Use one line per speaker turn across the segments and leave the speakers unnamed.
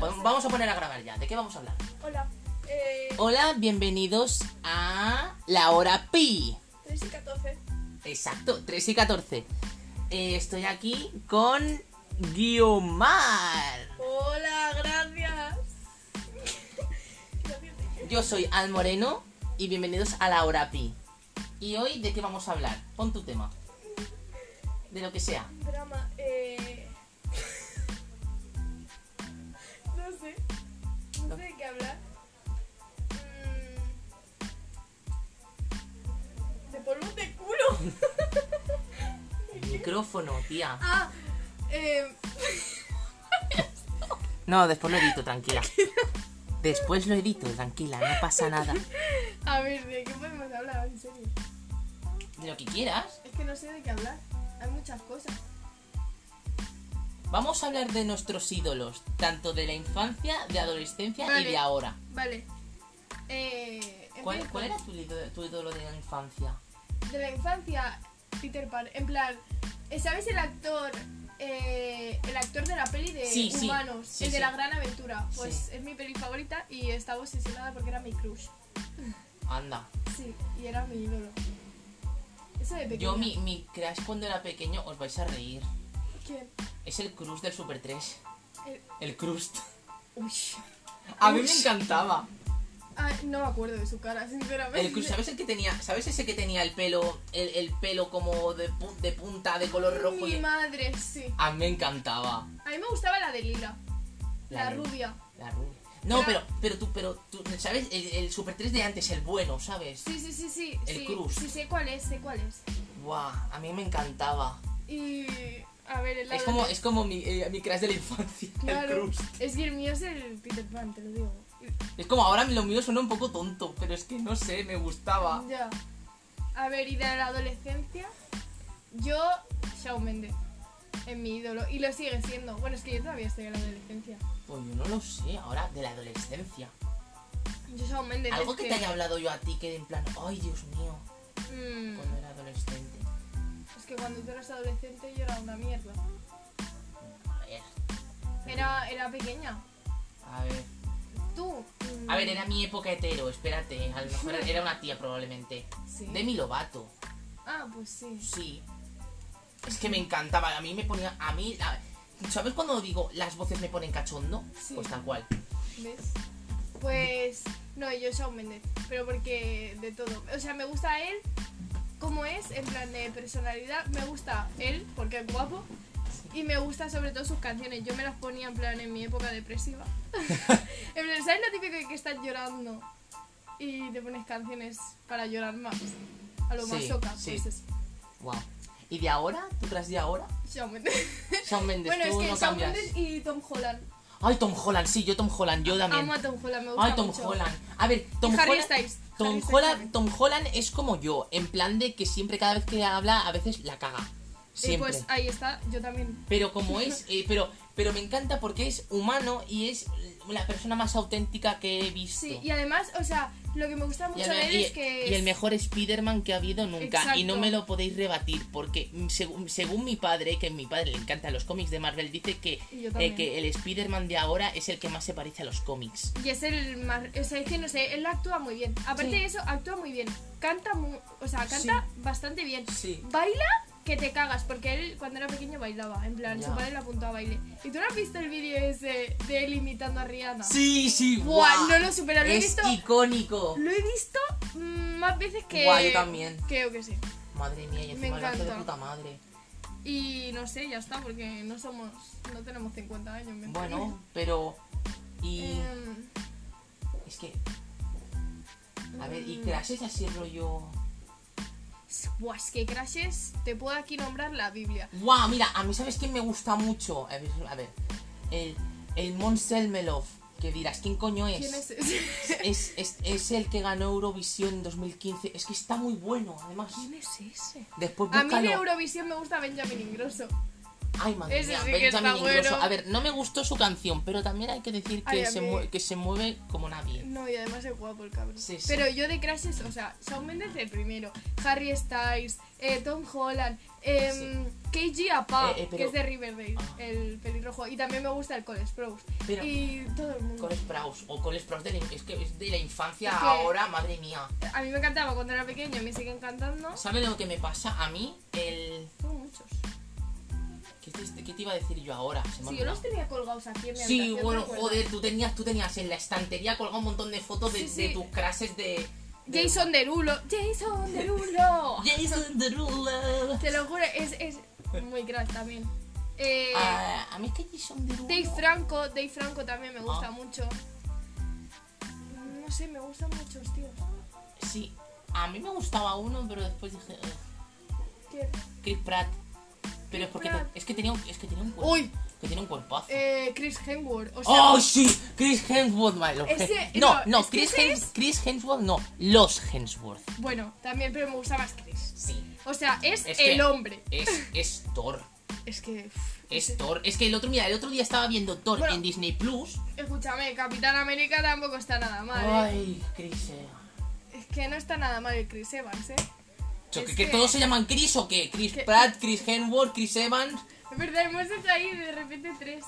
pues, vamos a poner a grabar ya. ¿De qué vamos a hablar?
Hola. Eh,
Hola, bienvenidos a La Hora Pi.
3 y 14.
Exacto, 3 y 14. Eh, estoy aquí con Guiomar.
Hola, gracias. Gracias.
Yo soy Al Moreno y bienvenidos a La Hora Pi. ¿Y hoy de qué vamos a hablar? Pon tu tema. De lo que sea.
Drama. Eh... no sé. No sé de qué hablar. Mm, De polvos de culo.
Micrófono, tía.
Ah, eh,
No, después lo edito, tranquila. Después lo edito, tranquila, no pasa nada.
a ver, ¿de qué podemos hablar? En serio.
De lo que quieras.
Es que no sé de qué hablar. Hay muchas cosas.
Vamos a hablar de nuestros ídolos, tanto de la infancia, de adolescencia y
Vale.
de ahora.
Vale. Eh,
¿Cuál,
empiezo.
cuál era tu, ídolo- tu ídolo de la infancia?
De la infancia, Peter Pan. En plan, eh, ¿sabes el actor? eh, el actor de la peli de
Sí, sí.
Humanos,
Sí,
el de
sí.
la gran aventura. Pues
Sí.
es mi peli favorita y estaba obsesionada porque era mi crush.
Anda.
Sí, y era mi ídolo. Eso de pequeño.
Yo, mi, mi crush cuando era pequeño, os vais a reír.
¿Quién?
Es el Cruz del Super 3.
El-
El Crust.
Uy.
A mí
Uy.
me encantaba.
Ah, no me acuerdo de su cara, sinceramente.
El Cruz, ¿sabes el que tenía? ¿Sabes ese que tenía el pelo, el, el pelo como de, pu- de punta, de color rojo?
Mi
Y...
madre, sí.
A mí me encantaba.
A mí me gustaba la de Lila. La,
de-
rubia.
La rubia. No,
Era-
pero, pero tú, pero tú, ¿sabes? El, el Super 3 de antes, el bueno, ¿sabes?
Sí, sí, sí, sí.
El
sí,
Cruz.
Sí, sé cuál es, sé cuál es.
Guau, a mí me encantaba.
Y. A ver, el
Es como, es como mi, eh, mi crush de la infancia, el
Claro,
Cruz.
es que el mío es el Peter Pan, te lo digo.
Es como ahora lo mío suena un poco tonto, pero es que no sé, me gustaba.
Ya. A ver, y de la adolescencia, yo, Shawn Mendes, es mi ídolo. Y lo sigue siendo. Bueno, es que yo todavía estoy en la adolescencia.
Pues yo no lo sé, ahora de la adolescencia.
Yo, Shawn Mendes,
Algo
es
que te haya hablado yo a ti que en plan, ay Dios mío,
Mm,
cuando era adolescente.
es que cuando tú eras adolescente yo era una mierda.
A ver,
Era, era pequeña.
a ver.
Tú. mm,
A ver, era mi época hetero, espérate. A lo mejor era una tía probablemente.
Sí.
Demi Lovato,
Ah, pues sí.
sí. Es que me encantaba, a mí me ponía, a mí... a- ¿Sabes cuando digo las voces me ponen cachondo?
Sí.
Pues tal cual.
¿Ves? Pues no, yo Shawn Mendes, pero porque de todo. O sea, me gusta él como es, en plan de personalidad. Me gusta él porque es guapo y me gusta sobre todo sus canciones. Yo me las ponía en plan en mi época depresiva. en plan, ¿sabes lo típico de que estás llorando y te pones canciones para llorar más? A lo
Sí,
más soca,
sí.
pues eso.
Wow. ¿Y de ahora? ¿Tú tras de ahora?
Shawn Mendes.
Shawn Mendes,
bueno, es
tú
que
no
Shawn
cambias.
Mendes y Tom Holland.
Ay, Tom Holland, sí, yo Tom Holland, yo también.
Amo a Tom Holland, me gusta
Ay, Tom
mucho.
Holland. A ver, Tom
y Harry
Holland.
Styles. Harry
Tom
Styles también.
Holland, Tom Holland es como yo, en plan de que siempre cada vez que habla a veces la caga.
Y
Siempre.
pues ahí está, yo también.
Pero como es, eh, pero pero me encanta porque es humano y es la persona más auténtica que he visto.
Sí, y además, o sea, lo que me gusta
Y
mucho
el,
de él
y-
es que.
y el mejor Spider-Man que ha habido nunca. Y no
Exacto.
me lo podéis rebatir porque mm, según, según mi padre, que a mi padre le encantan los cómics de Marvel, dice que,
Y yo
eh,
también.
que el Spider-Man de ahora es el que más se parece a los cómics.
Y es el más. O sea, es que no sé, él actúa muy bien. Aparte
Sí.
de eso, actúa muy bien. Canta mu- O sea, canta bastante bien.
Sí.
Baila que te cagas, porque él cuando era pequeño bailaba. En plan,
Ya.
su padre le apuntó a baile. ¿Y tú no has visto el vídeo ese de él imitando a Rihanna?
Sí, sí,
Ah. Buah,
guau.
no lo supera, lo he
es
visto.
icónico.
Lo he visto mm, más veces que.
Guau, yo también.
Creo que sí.
Madre mía, y
Me
encima lo hace de
encanta.
puta madre.
Y no sé, ya está, porque no somos. No tenemos 50 años. ¿me
Bueno, pero. Y.
entiendes? Em,
Es que. A ver, y crashes así rollo.
Buah, es que crashes, te puedo aquí nombrar la Biblia.
¡Guau! Mira, a mí, ¿sabes quién me gusta mucho? A ver, a ver. El, el Mons Selmelov, que dirás, ¿quién coño es?
¿Quién es ese?
Es, es- es el que ganó Eurovisión en 2015. Es que está muy bueno, además.
es ese?
Después
A mí de
búscalo.
Eurovisión me gusta Benjamin Ingrosso.
Ay, madre
Ese
mía,
sí que
Benjamin
está
Ingrosso.
bueno.
A ver, no me gustó su canción, pero también hay que decir que,
Ay, a
se,
mí-
mue- que se mueve como nadie.
No, y además es guapo el cabrón.
Sí, sí.
Pero yo de crashes, o sea, Shawn Mendes el primero, Harry Styles, eh, Tom Holland, em, KG Apa,
Eh, eh, pero-
que es de Riverdale,
Ah.
el pelirrojo, y también me gusta el Cole Sprouse.
Pero-
Y todo el mundo.
Cole Sprouse, o Cole Sprouse de la, es que es de la infancia
Es que-
ahora, madre mía.
A mí me encantaba cuando era pequeño, me siguen cantando.
¿Sabes lo que me pasa? A mí, el...
Tengo muchos.
¿Qué te, qué te iba a decir yo ahora? Se me
Si
ha
yo
olvidado.
los tenía colgados aquí en mi
Sí,
habitación,
bueno,
¿recuerdas?
joder, tú tenías, tú tenías en la estantería colgado un montón de fotos de,
Sí,
de
sí.
tus crashes de, de-
Jason Derulo, Jason Derulo.
Jason Derulo.
Te lo juro, es, es muy crack también. Eh,
Ah, a mí es que Jason Derulo.
Dave Franco, Dave Franco también me gusta
Ah.
mucho. No sé, me gustan muchos, tío.
Sí, a mí me gustaba uno, pero después dije eh,
¿Qué?
Chris Pratt. Pero es porque te-
Pratt.
es que tenía un, es que tenía un cuerpo,
Uy,
que tenía un cuerpazo.
eh, Chris Hemsworth. O sea,
¡Oh, sí! Chris Hemsworth, my love.
Ese- eh,
no,
no,
no,
es que
Chris,
ese
Hems-
es-
Chris Hemsworth, no, los Hemsworth.
bueno, también, pero me gusta más Chris.
Sí,
O sea, es,
Es que- eh.
el hombre.
es, es Thor.
Es que. uff,
Es
ese-
Thor. Es que el otro, mira, el otro día estaba viendo Thor
Bueno.
en Disney Plus.
Escúchame, Capitán América tampoco está nada mal. ¿eh?
Ay, Chris. eh.
Es que no está nada mal el Chris Evans, ¿eh?
Yo,
Es
que, que
que-
todos se llaman Chris o qué? Chris
Que-
Pratt, Chris Hemsworth, Chris Evans.
Es verdad, hemos hecho ahí de repente tres.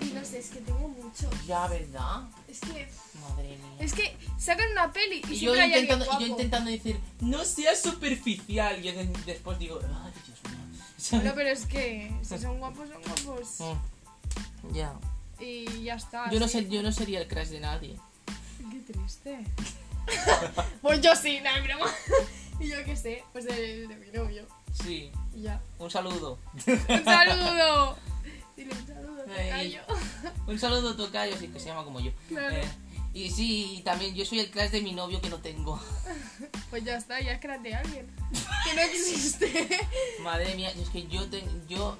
Y no sé, es que tengo muchos.
Ya, ¿verdad?
Es que.
Madre mía.
Es que sacan una peli y,
Y yo,
siempre hay alguien
intentando, y yo
guapo.
intentando decir, no seas superficial. Y de- después digo, ay, Dios mío.
Bueno, pero es que si son guapos, son guapos.
Mm, Ya.
Y ya está.
Yo no,
Ah, sí.
sé, yo no sería el crush de nadie.
Qué triste. pues yo sí, no es broma. y yo qué sé, pues el de mi novio.
Sí.
Y ya.
Un saludo.
¡Un saludo! Dile un saludo,
Ay.
tocayo.
Un saludo tocayo, así que se llama como yo.
Claro.
Eh, y sí, y también yo soy el crush de mi novio que no tengo.
Pues ya está, ya es crack de alguien. Que no existe.
Madre mía, es que yo ten- yo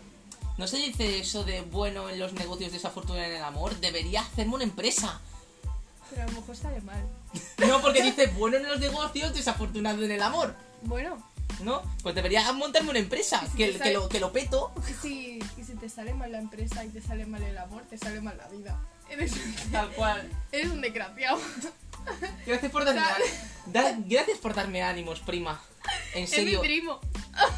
no se dice eso de bueno en los negocios, desafortunado en el amor, debería hacerme una empresa.
Pero a lo mejor sale mal.
No, porque dice bueno en los negocios, desafortunado en el amor.
Bueno,
¿No? Pues debería montarme una empresa,
Y si
que,
te
que
sale-
lo, que lo peto.
y si, y si te sale mal la empresa y te sale mal el amor, te sale mal la vida. Eres,
Tal cual.
eres un desgraciado.
Gracias por darme, da- gracias por darme ánimos, prima. En
Es mi
serio.
primo.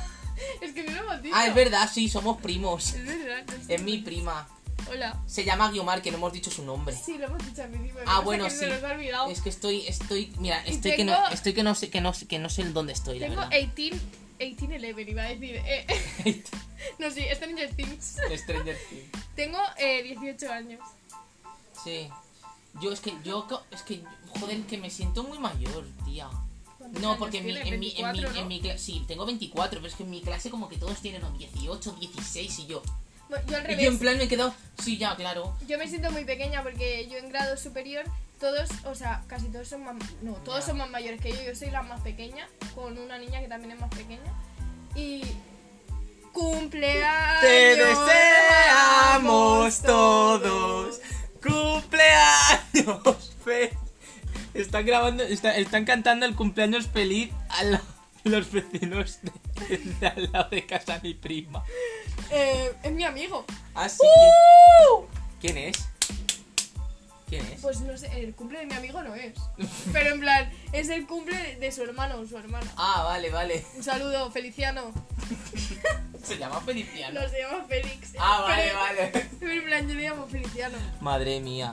es que no lo hemos dicho.
Ah, es verdad, sí, somos primos.
Es verdad, no sé.
Es mi prima.
Hola.
Se llama Guiomar, que no hemos dicho su nombre.
Sí, lo hemos dicho a mi primo.
Ah, bueno,
que
sí.
Se nos ha olvidado.
Es que estoy, estoy, mira,
Y
estoy que
tengo-
no, estoy que no sé, que no, sé- que no sé dónde estoy, la
Tengo
verdad.
18, 18 11, iba a decir. Eh, no, sí, Stranger Things.
Stranger Things.
Tengo eh, 18 años.
Sí. Yo es que yo co- es que joder que me siento muy mayor, tía.
¿Cuántos
No,
años
porque en mi,
tienes?
en mi, en mi,
24, ¿no?
en mi clase, sí, tengo 24, pero es que en mi clase como que todos tienen o 18, 16 y yo.
Bueno, yo al
Y
revés.
yo en plan me he quedado, sí, ya, claro.
Yo me siento muy pequeña porque yo en grado superior todos, o sea, casi todos son más, no, todos
Ya.
son más mayores que yo. Yo soy la más pequeña con una niña que también es más pequeña y cumpleaños
cumpleaños feliz. Están grabando, están cantando el cumpleaños feliz a los vecinos de, al lado de casa de mi prima.
Eh, es mi amigo.
Así que... ¿Quién es? ¿Quién es?
Pues no sé, el cumple de mi amigo no es. Pero en plan, es el cumple de su hermano o su hermana.
Ah, vale, vale.
Un saludo, Feliciano.
Se llama Feliciano.
Nos llama Félix.
Ah, vale,
Pero-
vale.
Pero en plan, yo le llamo Feliciano.
Madre mía.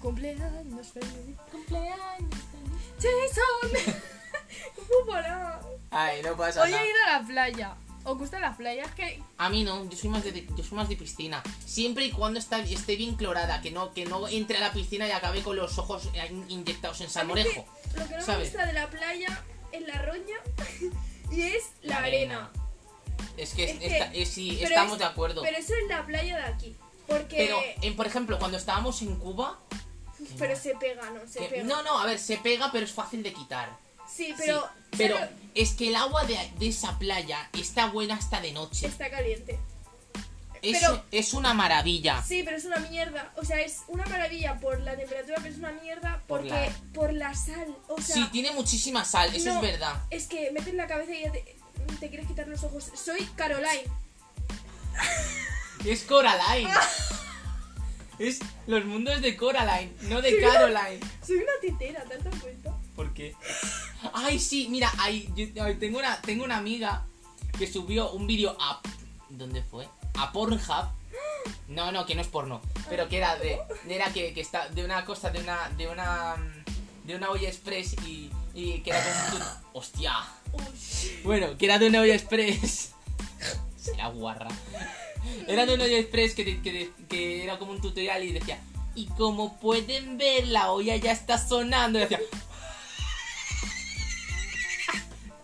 Cumpleaños feliz. Cumpleaños feliz. Jason. ¿Cómo para?
Ay, no pasa
Hoy
nada.
he ido a la playa. ¿Os gustan las playas? Que
A mí no, yo soy más de, yo soy más de piscina. Siempre y cuando está, esté bien clorada, que no, que no entre a la piscina y acabe con los ojos eh, inyectados en salmorejo.
lo que no me
¿Sabes?
gusta de la playa es la roña y es la,
La arena.
arena.
Es que,
Es que-
esta- eh, sí,
pero
estamos
es-
de acuerdo.
Pero eso es la playa de aquí. Porque.
Pero, eh, en, por ejemplo, cuando estábamos en Cuba,
pero se pega, ¿no? Se
que-
pega.
no, no, a ver, se pega, pero es fácil de quitar.
sí,
Sí,
pero.
pero
¿sabes?
es que el agua de, de esa playa está buena hasta de noche.
Está caliente.
Es,
pero-
es una maravilla.
Sí, pero es una mierda. O sea, es una maravilla por la temperatura, pero es una mierda
Por
porque. Por la sal. O sea.
sí, tiene muchísima sal, eso
no,
es verdad.
Es que meten la cabeza y ya te, te quieres quitar los ojos. Soy Caroline.
Es Coraline. Es los mundos de Coraline, no de Caroline.
Soy una titera, ¿te has dado cuenta?
¿Por qué? Ay, sí, mira, ahí, yo- ahí tengo, una, tengo una amiga que subió un vídeo a... ¿Dónde fue? A Pornhub. No, no, que no es porno. Pero que era de... Era que, que está de una cosa, de una... De una... mm, De una olla express y... Y que era como... un- Hostia.
Uy.
Bueno, que era de una olla express. Será guarra. Era de una olla express que, te- que te- que era como un tutorial y decía... Y como pueden ver, la olla ya está sonando. Y decía...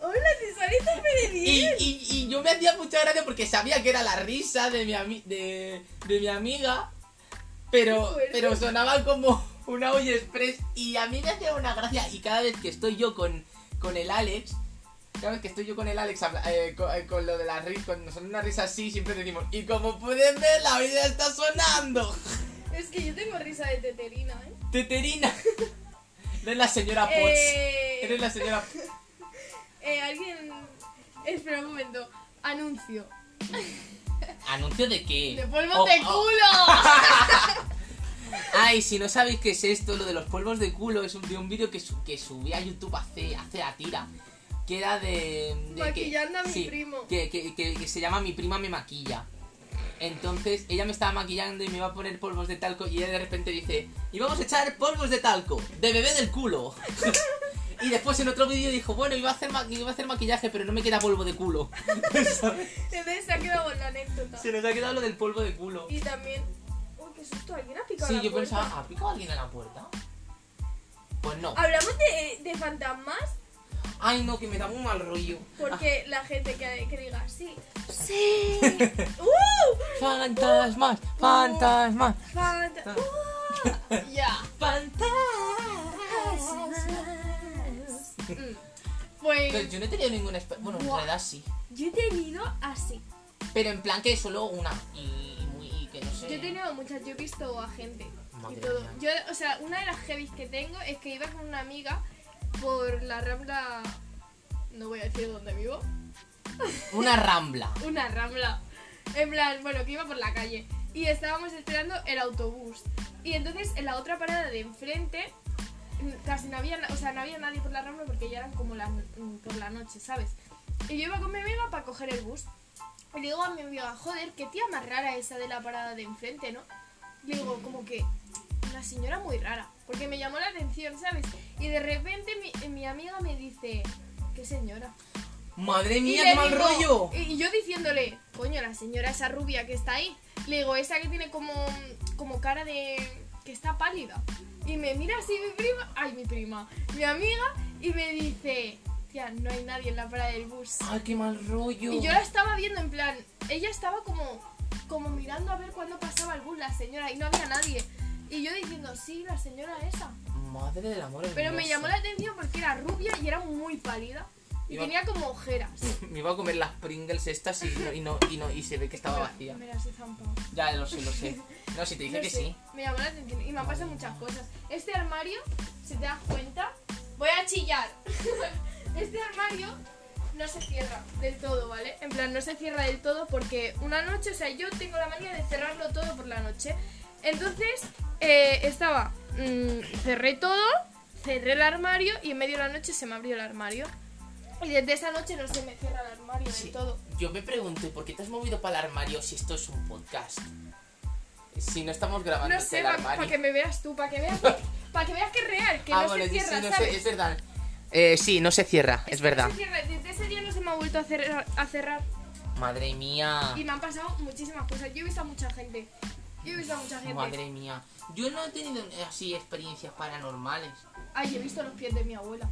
Hola, tesorito
Y,
Medellín.
y- y yo me hacía mucha gracia porque sabía que era la risa de mi, ami- de, de mi amiga, pero,
Qué fuerte.
pero sonaba como una olla express y a mí me hacía una gracia y cada vez que estoy yo con, con el Alex, cada vez que estoy yo con el Alex habla- eh, con, eh, con lo de la risa, cuando son una risa así, siempre decimos, y como pueden ver, la olla está sonando.
Es que yo tengo risa de teterina, ¿eh?
Teterina. Eres la señora Potts.
Eh,
Ah, pues, Eres la señora...
eh, alguien. Espera un momento. Anuncio.
¿Anuncio de qué?
¡De polvos
Oh,
de
oh.
culo!
Ay, si no sabéis qué es esto, lo de los polvos de culo es un, de un vídeo que, su- que subí a YouTube hace, hace la tira. Que era de. de que-
Maquillando a mi
sí,
primo.
Que, que- que- que se llama Mi prima me maquilla. Entonces ella me estaba maquillando y me iba a poner polvos de talco y ella de repente dice, y vamos a echar polvos de talco, de bebé del culo. y después en otro vídeo dijo, bueno, iba a, hacer ma- iba a hacer maquillaje, pero no me queda polvo de culo.
Entonces se ha quedado con la anécdota.
se nos ha quedado lo del polvo de culo.
Y también. ¡Uy, qué susto! ¿Alguien ha picado
Sí,
la
yo
puerta?
pensaba, ¿ha picado alguien a la puerta? Pues no.
Hablamos de, de fantasmas
Ay, no, que me da muy mal rollo. Ah.
porque la gente que, que diga sí. ¡Sí! ¡Uh!
Fantasmas, fantasmas,
Fanta- ¡Uh! ¡Ya!
Fantasmas.
Mm.
Pero
Pues
yo no he tenido ninguna exper- Bueno, en
Buah.
realidad sí.
Yo he tenido así.
Pero en plan que solo una. Y, y muy, y que no sé.
yo he tenido muchas, yo he visto a gente y
Madre
todo.
mía.
Yo, o sea, una de las heavies que tengo es que iba con una amiga por la rambla. No voy a decir dónde vivo.
Una rambla.
una rambla. En plan, bueno, que iba por la calle. Y estábamos esperando el autobús. Y entonces en la otra parada de enfrente mm, casi no había, na- o sea, no había nadie por la rambla porque ya eran como las mm, por la noche, ¿sabes? Y yo iba con mi amiga para coger el bus. Y le digo a mi amiga, joder, qué tía más rara esa de la parada de enfrente, ¿no? Le digo, como que una señora muy rara, porque me llamó la atención, ¿sabes? Y de repente mi, mi amiga me dice, qué señora.
Madre
Y
mía,
le
qué mal
digo-
rollo.
Y y yo diciéndole, coño, la señora esa rubia que está ahí. Le digo, esa que tiene como, como cara de. que está pálida. Y me mira así mi prima, ay, mi prima, mi amiga, y me dice, tía, no hay nadie en la parada del bus.
Ay, qué mal rollo.
Y yo la estaba viendo en plan, ella estaba como, como mirando a ver cuándo pasaba el bus, la señora, y no había nadie. Y yo diciendo, sí, la señora esa.
Madre del amor
Pero me
hermoso.
llamó la atención porque era rubia y era muy pálida. Y
Iba-
tenía como ojeras.
Me iba a comer las Pringles estas y no, y no, y no- y se ve que estaba vacía.
Me las he zampado.
Ya, lo sé, lo sé. No, si te dije
No
que
sé,
sí.
Me llamó la atención y me han pasado muchas cosas. Este armario, si te das cuenta, voy a chillar. este armario no se cierra del todo, ¿vale? En plan, no se cierra del todo porque una noche, o sea, yo tengo la manía de cerrarlo todo por la noche. Entonces, eh, estaba, mm, cerré todo, cerré el armario y en medio de la noche se me abrió el armario. Y desde esa noche no se me cierra el armario
Sí.
del todo.
Yo me pregunté por qué te has movido para el armario si esto es un podcast. Eh, Si Ah, no estamos grabando
No
desde
sé,
el
para
armario.
que me veas tú, para que veas que, pa' que veas que es real, que
Ah,
no
bueno,
se
sí,
cierra,
no sé,
¿sabes?
es verdad. Eh, sí, no se cierra, es
que
verdad.
no se cierra, Desde ese día no se me ha vuelto a cerrar, a cerrar.
Madre mía.
y me han pasado muchísimas cosas. Yo he visto a mucha gente. Yo he visto a mucha gente.
Madre mía. Yo no he tenido eh, así experiencias paranormales.
Ay, he visto los pies de mi abuela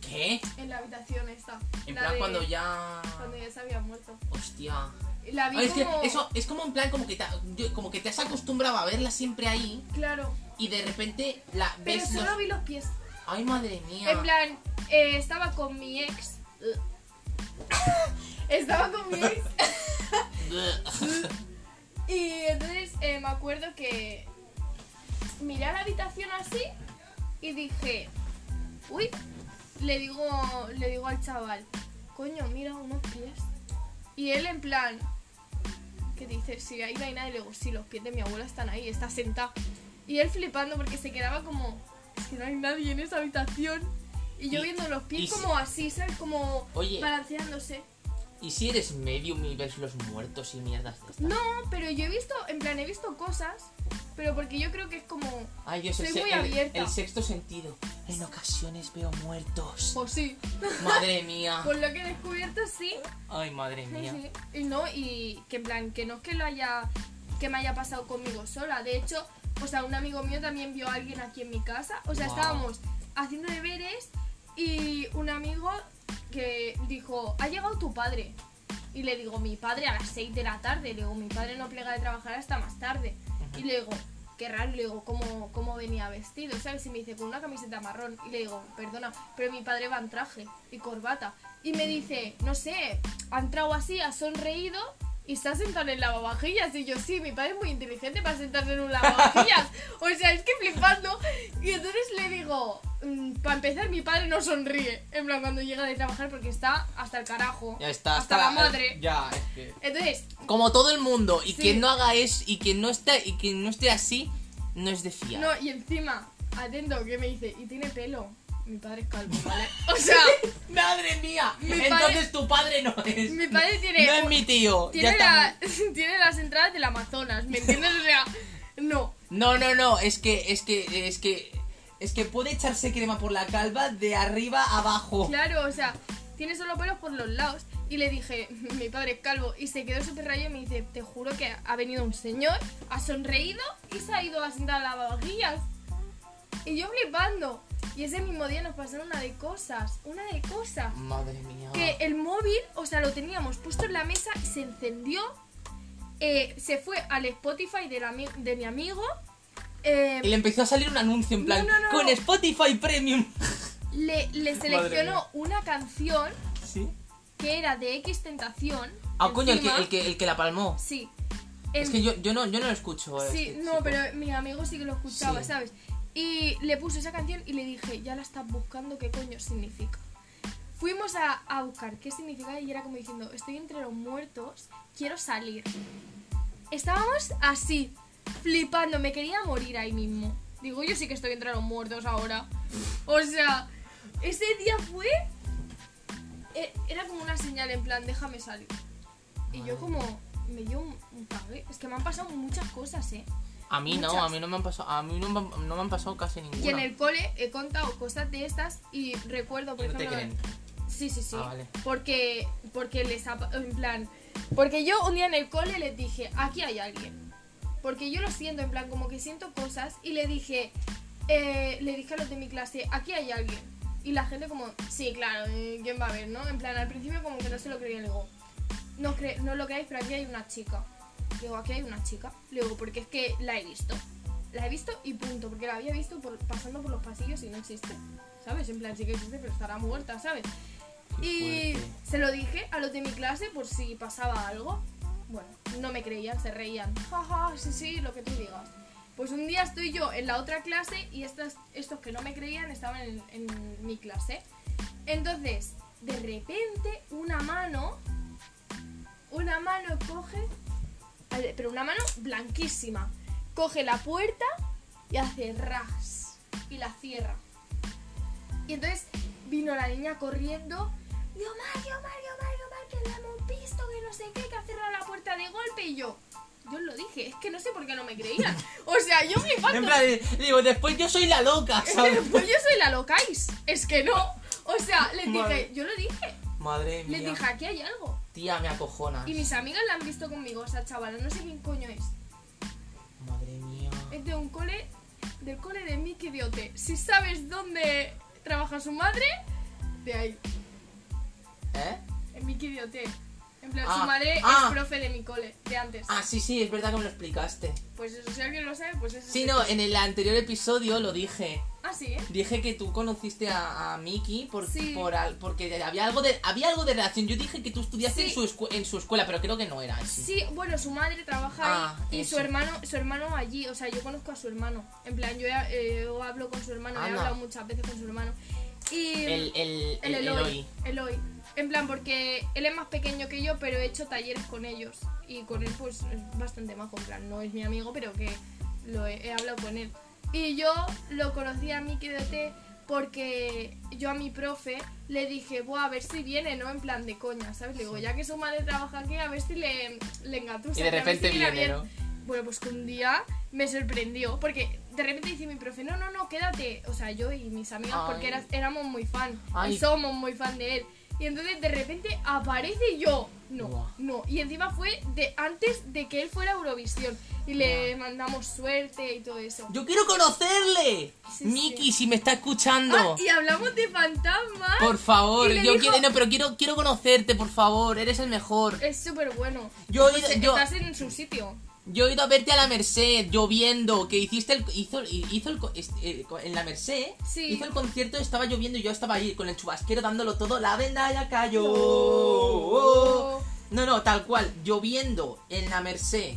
¿Qué?
en la habitación esta.
En
La
plan
de-
cuando ya.
cuando ya se había muerto.
Hostia.
La vi
Ah, es que
como-
eso es como en plan como que te, yo- como que te has acostumbrado a verla siempre ahí
Claro,
y de repente la
pero
ves.
solo
los-
vi los pies.
Ay, madre mía.
En plan, eh, estaba con mi ex. estaba con mi ex. Y entonces eh, me acuerdo que miré a la habitación así y dije, uy, le digo, le digo al chaval, coño, mira unos pies. Y él en plan, que dice, si ahí no hay nadie, le digo, si los pies de mi abuela están ahí, está sentada. Y él flipando porque se quedaba como, es que no hay nadie en esa habitación. Y yo
Y-
viendo los pies
y si-
como así, ¿sabes? Como
Oye.
balanceándose.
¿Y si eres medium y ves los muertos y mierdas de estas?
No, pero yo he visto, en plan, he visto cosas, pero porque yo creo que es como,
Ay, yo soy
Soy muy abierta.
El, sexto sentido. En ocasiones veo muertos.
pues sí,
Madre mía.
por lo que he descubierto, sí.
Ay, madre
Sí,
mía.
sí. Y no, y que en plan, que no es que lo haya, que me haya pasado conmigo sola. De hecho, o sea, un amigo mío también vio a alguien aquí en mi casa. O sea,
Guau.
estábamos haciendo deberes y un amigo que dijo, ha llegado tu padre. Y le digo, mi padre a las 6 de la tarde. Le digo, mi padre no plega de trabajar hasta más tarde. Y le digo, qué raro, le digo, ¿cómo, cómo venía vestido? ¿Sabes? Y me dice, con una camiseta marrón. Y le digo, perdona, pero mi padre va en traje y corbata. Y me dice, no sé, ha entrado así, ha sonreído y se ha sentado en el lavavajillas. Y yo, sí, mi padre es muy inteligente para sentarse en un lavavajillas. o sea, es que flipando. Y entonces le digo, mm, para empezar, mi padre no sonríe. En plan, cuando llega de trabajar porque está hasta el carajo.
Ya está.
Hasta la madre.
Ya, es que.
Entonces,
Como todo el mundo. Y
Sí.
quien no haga eso y quien no está y quien no esté así, no es de fiar.
No, y encima, atento, que me dice, y tiene pelo. Mi padre es calvo, ¿vale? O sea,
¡Madre mía!
Mi
Entonces tu padre no es.
mi padre tiene.
No es mi tío. Ya
tiene,
está.
la- tiene las entradas del Amazonas, ¿me entiendes? O sea, no.
No, no, no. Es que, es que, es que. Es que puede echarse crema por la calva de arriba a abajo.
Claro, o sea, tiene solo pelos por los lados. Y le dije, mi padre es calvo. Y se quedó súper rayado y me dice, te juro que ha venido un señor, ha sonreído y se ha ido a sentar a las vajillas. Y yo flipando. Y ese mismo día nos pasaron una de cosas, una de cosas.
Madre mía.
que el móvil, o sea, lo teníamos puesto en la mesa, se encendió, eh, se fue al Spotify de, la, ami- de mi amigo, eh,
Y le empezó a salir un anuncio en plan
No, no, no.
con Spotify Premium.
le, le seleccionó
mía.
una canción
¿Sí?
que era de X Tentación.
Ah, coño, el que,
encima.
el, que, el que la palmó.
Sí.
Es
En-
que yo, yo, no, yo no lo escucho. eh,
Sí,
este
no,
chico.
pero mi amigo sí que lo escuchaba,
Sí.
¿sabes? Y le puso esa canción y le dije, ya la estás buscando, ¿qué coño significa? Fuimos a, a buscar qué significa y era como diciendo, estoy entre los muertos, quiero salir. Estábamos así, flipando, me quería morir ahí mismo. Digo, yo sí que estoy entre los muertos ahora. O sea, ese día fue... e- Era como una señal en plan, déjame salir. Y
Madre
yo como me dio un, un cague. Es que me han pasado muchas cosas, ¿eh?
A mí no,
Muchas.
a mí no me han pasado, a mí no, me- no me han pasado casi ninguna.
Y en el cole he contado cosas de estas y recuerdo, por
no te
ejemplo...
creen.
Sí, sí, sí.
Ah, vale.
Porque, porque les ha, en plan, porque yo un día en el cole les dije, aquí hay alguien. Porque yo lo siento, en plan, como que siento cosas y le dije, eh, le dije a los de mi clase, aquí hay alguien. Y la gente como, sí, claro, eh, ¿quién va a ver, no? En plan, al principio como que no se lo creían, le digo, no, os cre- no lo creáis, pero aquí hay una chica. Le digo, aquí hay una chica. Le digo, porque es que la he visto. La he visto y punto, porque la había visto por- pasando por los pasillos y no existe. ¿Sabes? En plan, sí que existe, pero estará muerta, ¿sabes?
Qué
Y
fuerte.
se lo dije a los de mi clase por si pasaba algo. Bueno, no me creían, se reían. Jaja, sí, sí, lo que tú digas. Pues un día estoy yo en la otra clase y estas, estos que no me creían estaban en, en mi clase. Entonces, de repente, una mano, una mano coge, pero una mano blanquísima, coge la puerta y hace ras y la cierra. Y entonces vino la niña corriendo. Diomar, Diomar, Diomar, Diomar, que le hemos visto, que no sé qué, que ha cerrado la puerta de golpe. Y yo, yo os lo dije, es que no sé por qué no me creían. O sea, yo
En
flipando.
plan, eh, digo, después yo soy la loca, ¿sabes?
Pues yo soy la locais. Es que no. O sea, les
Madre.
dije, yo lo dije.
Madre
Les
mía.
dije, aquí hay algo.
Tía, me acojona.
Y mis amigas la han visto conmigo, o sea, chavala, no sé quién coño es.
Madre mía.
Es de un cole, del cole de Mickey Diote. Si sabes dónde trabaja su madre, de ahí,
¿Eh?
en Mickey Diote. En plan,
Ah,
su madre
ah.
es profe de mi cole, de antes.
Ah, sí, sí, es verdad que me lo explicaste.
Pues eso, si alguien lo sabe, pues eso.
Sí,
es-
no, en el anterior episodio lo dije.
Ah, sí, ¿eh?
Dije que tú conociste a, a Miki por,
Sí.
por al- porque había algo de había algo de relación. Yo dije que tú estudiaste en,
Sí.
su escu- en su escuela, pero creo que no era así.
Sí, bueno, su madre trabaja
Ah,
ahí y su
eso.
hermano, su hermano allí, o sea, yo conozco a su hermano. En plan, yo, he- eh, yo hablo con su hermano, he
Anda.
hablado muchas veces con su hermano. Y
El, el, el, el
el Eloy.
Eloy.
Eloy. En plan, porque él es más pequeño que yo, pero he hecho talleres con ellos. Y con él, pues, es bastante majo. En plan, no es mi amigo, pero que lo he, he hablado con él. Y yo lo conocí a Miki de OT porque yo a mi profe le dije, Buah, a ver si viene, ¿no? En plan de coña, ¿sabes? Le digo, ya que su madre trabaja aquí, a ver si le, le engatusa.
Y de
a ver si
repente
viene
viene,
bien".
¿no?
Bueno, pues que un día me sorprendió, porque de repente dice mi profe, no, no, no, quédate. O sea, yo y mis amigas,
Ay.
porque eras- éramos muy fan,
Ay.
y somos muy fan de él. Y entonces de repente aparece y yo, no,
Buah.
no. Y encima fue de antes de que él fuera a Eurovisión. Y le mandamos suerte y todo eso.
Yo quiero conocerle.
Sí,
Miki,
sí.
si me está escuchando.
Ah, y hablamos de fantasmas.
Por favor,
Y le
yo
dijo-
quiero, no, pero quiero, quiero conocerte, por favor, eres el mejor.
Es súper bueno.
Yo he
Pues,
ido-
eh,
yo-
Estás en su sitio.
Yo he ido a verte a la Merced, lloviendo, que hiciste el, hizo, hizo el, co- est- eh, co- en la Merced,
Sí.
hizo el concierto, estaba lloviendo y yo estaba ahí con el chubasquero dándolo todo, la venda ya cayó.
No.
No, no, tal cual, lloviendo en la Merced.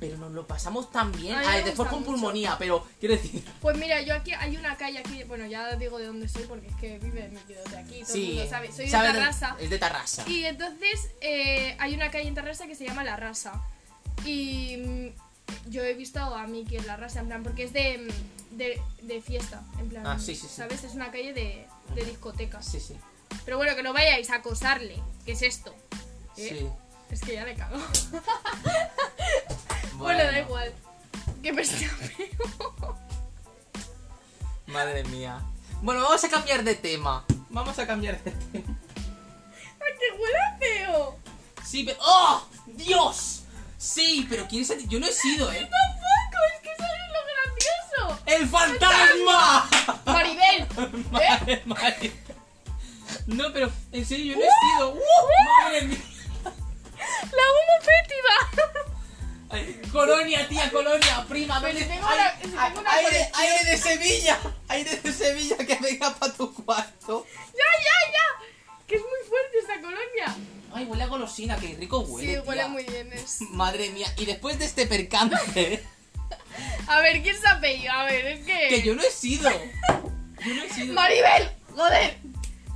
Pero nos lo pasamos tan bien.
A mí
A
me
ver, después
gusta
con
mucho.
pulmonía, pero quiero decir,
Pues mira, yo aquí hay una calle aquí, bueno, ya digo de dónde soy porque es que vive mi tío de aquí, todo el
sí.
mundo sabe,
sabe
soy de
dónde-
Tarrasa.
Es de Tarrasa.
Y entonces eh, hay una calle en Tarrasa que se llama La Rasa. Y mm, yo he visto a Miki en La Rasa, en plan, porque es de, mm, de, de fiesta, en plan,
Ah, sí, sí, sí.
¿sabes? Es una calle de, de discotecas.
Sí, sí.
Pero bueno, que no vayáis a acosarle, ¿qué es esto? ¿Eh?
Sí.
Es que ya le cago.
Bueno,
Bueno, da igual. Que me escape.
Madre mía. Bueno, vamos a cambiar de tema. Vamos a cambiar de tema.
¡Que huele feo!
Sí, pero. ¡Oh! ¡Dios! Sí, pero ¿quién es el- Yo no he sido, ¿eh?
¡Tampoco! ¡Es que eso es lo gracioso!
¡El fantasma!
¡Maribel!
Madre, madre. No, pero en serio, yo no he sido. ¡Uh! ¡Madre mía!
¡La humo fétida!
Ay, Colonia, tía, colonia, prima,
Pero
vete.
si tengo
Ay,
una- si
ay,
tengo una
aire,
colección.
aire de Sevilla, aire de Sevilla que venga para tu cuarto.
¡Ya, ya, ya! Que es muy fuerte esta colonia.
Ay, huele a golosina, que rico huele.
sí, huele
tía.
muy bien. es-
Madre mía, y después de este percance,
A ver, ¿quién se ha pedido? A ver, es que.
que yo no he sido. Yo no he sido.
¡Maribel! ¡Joder!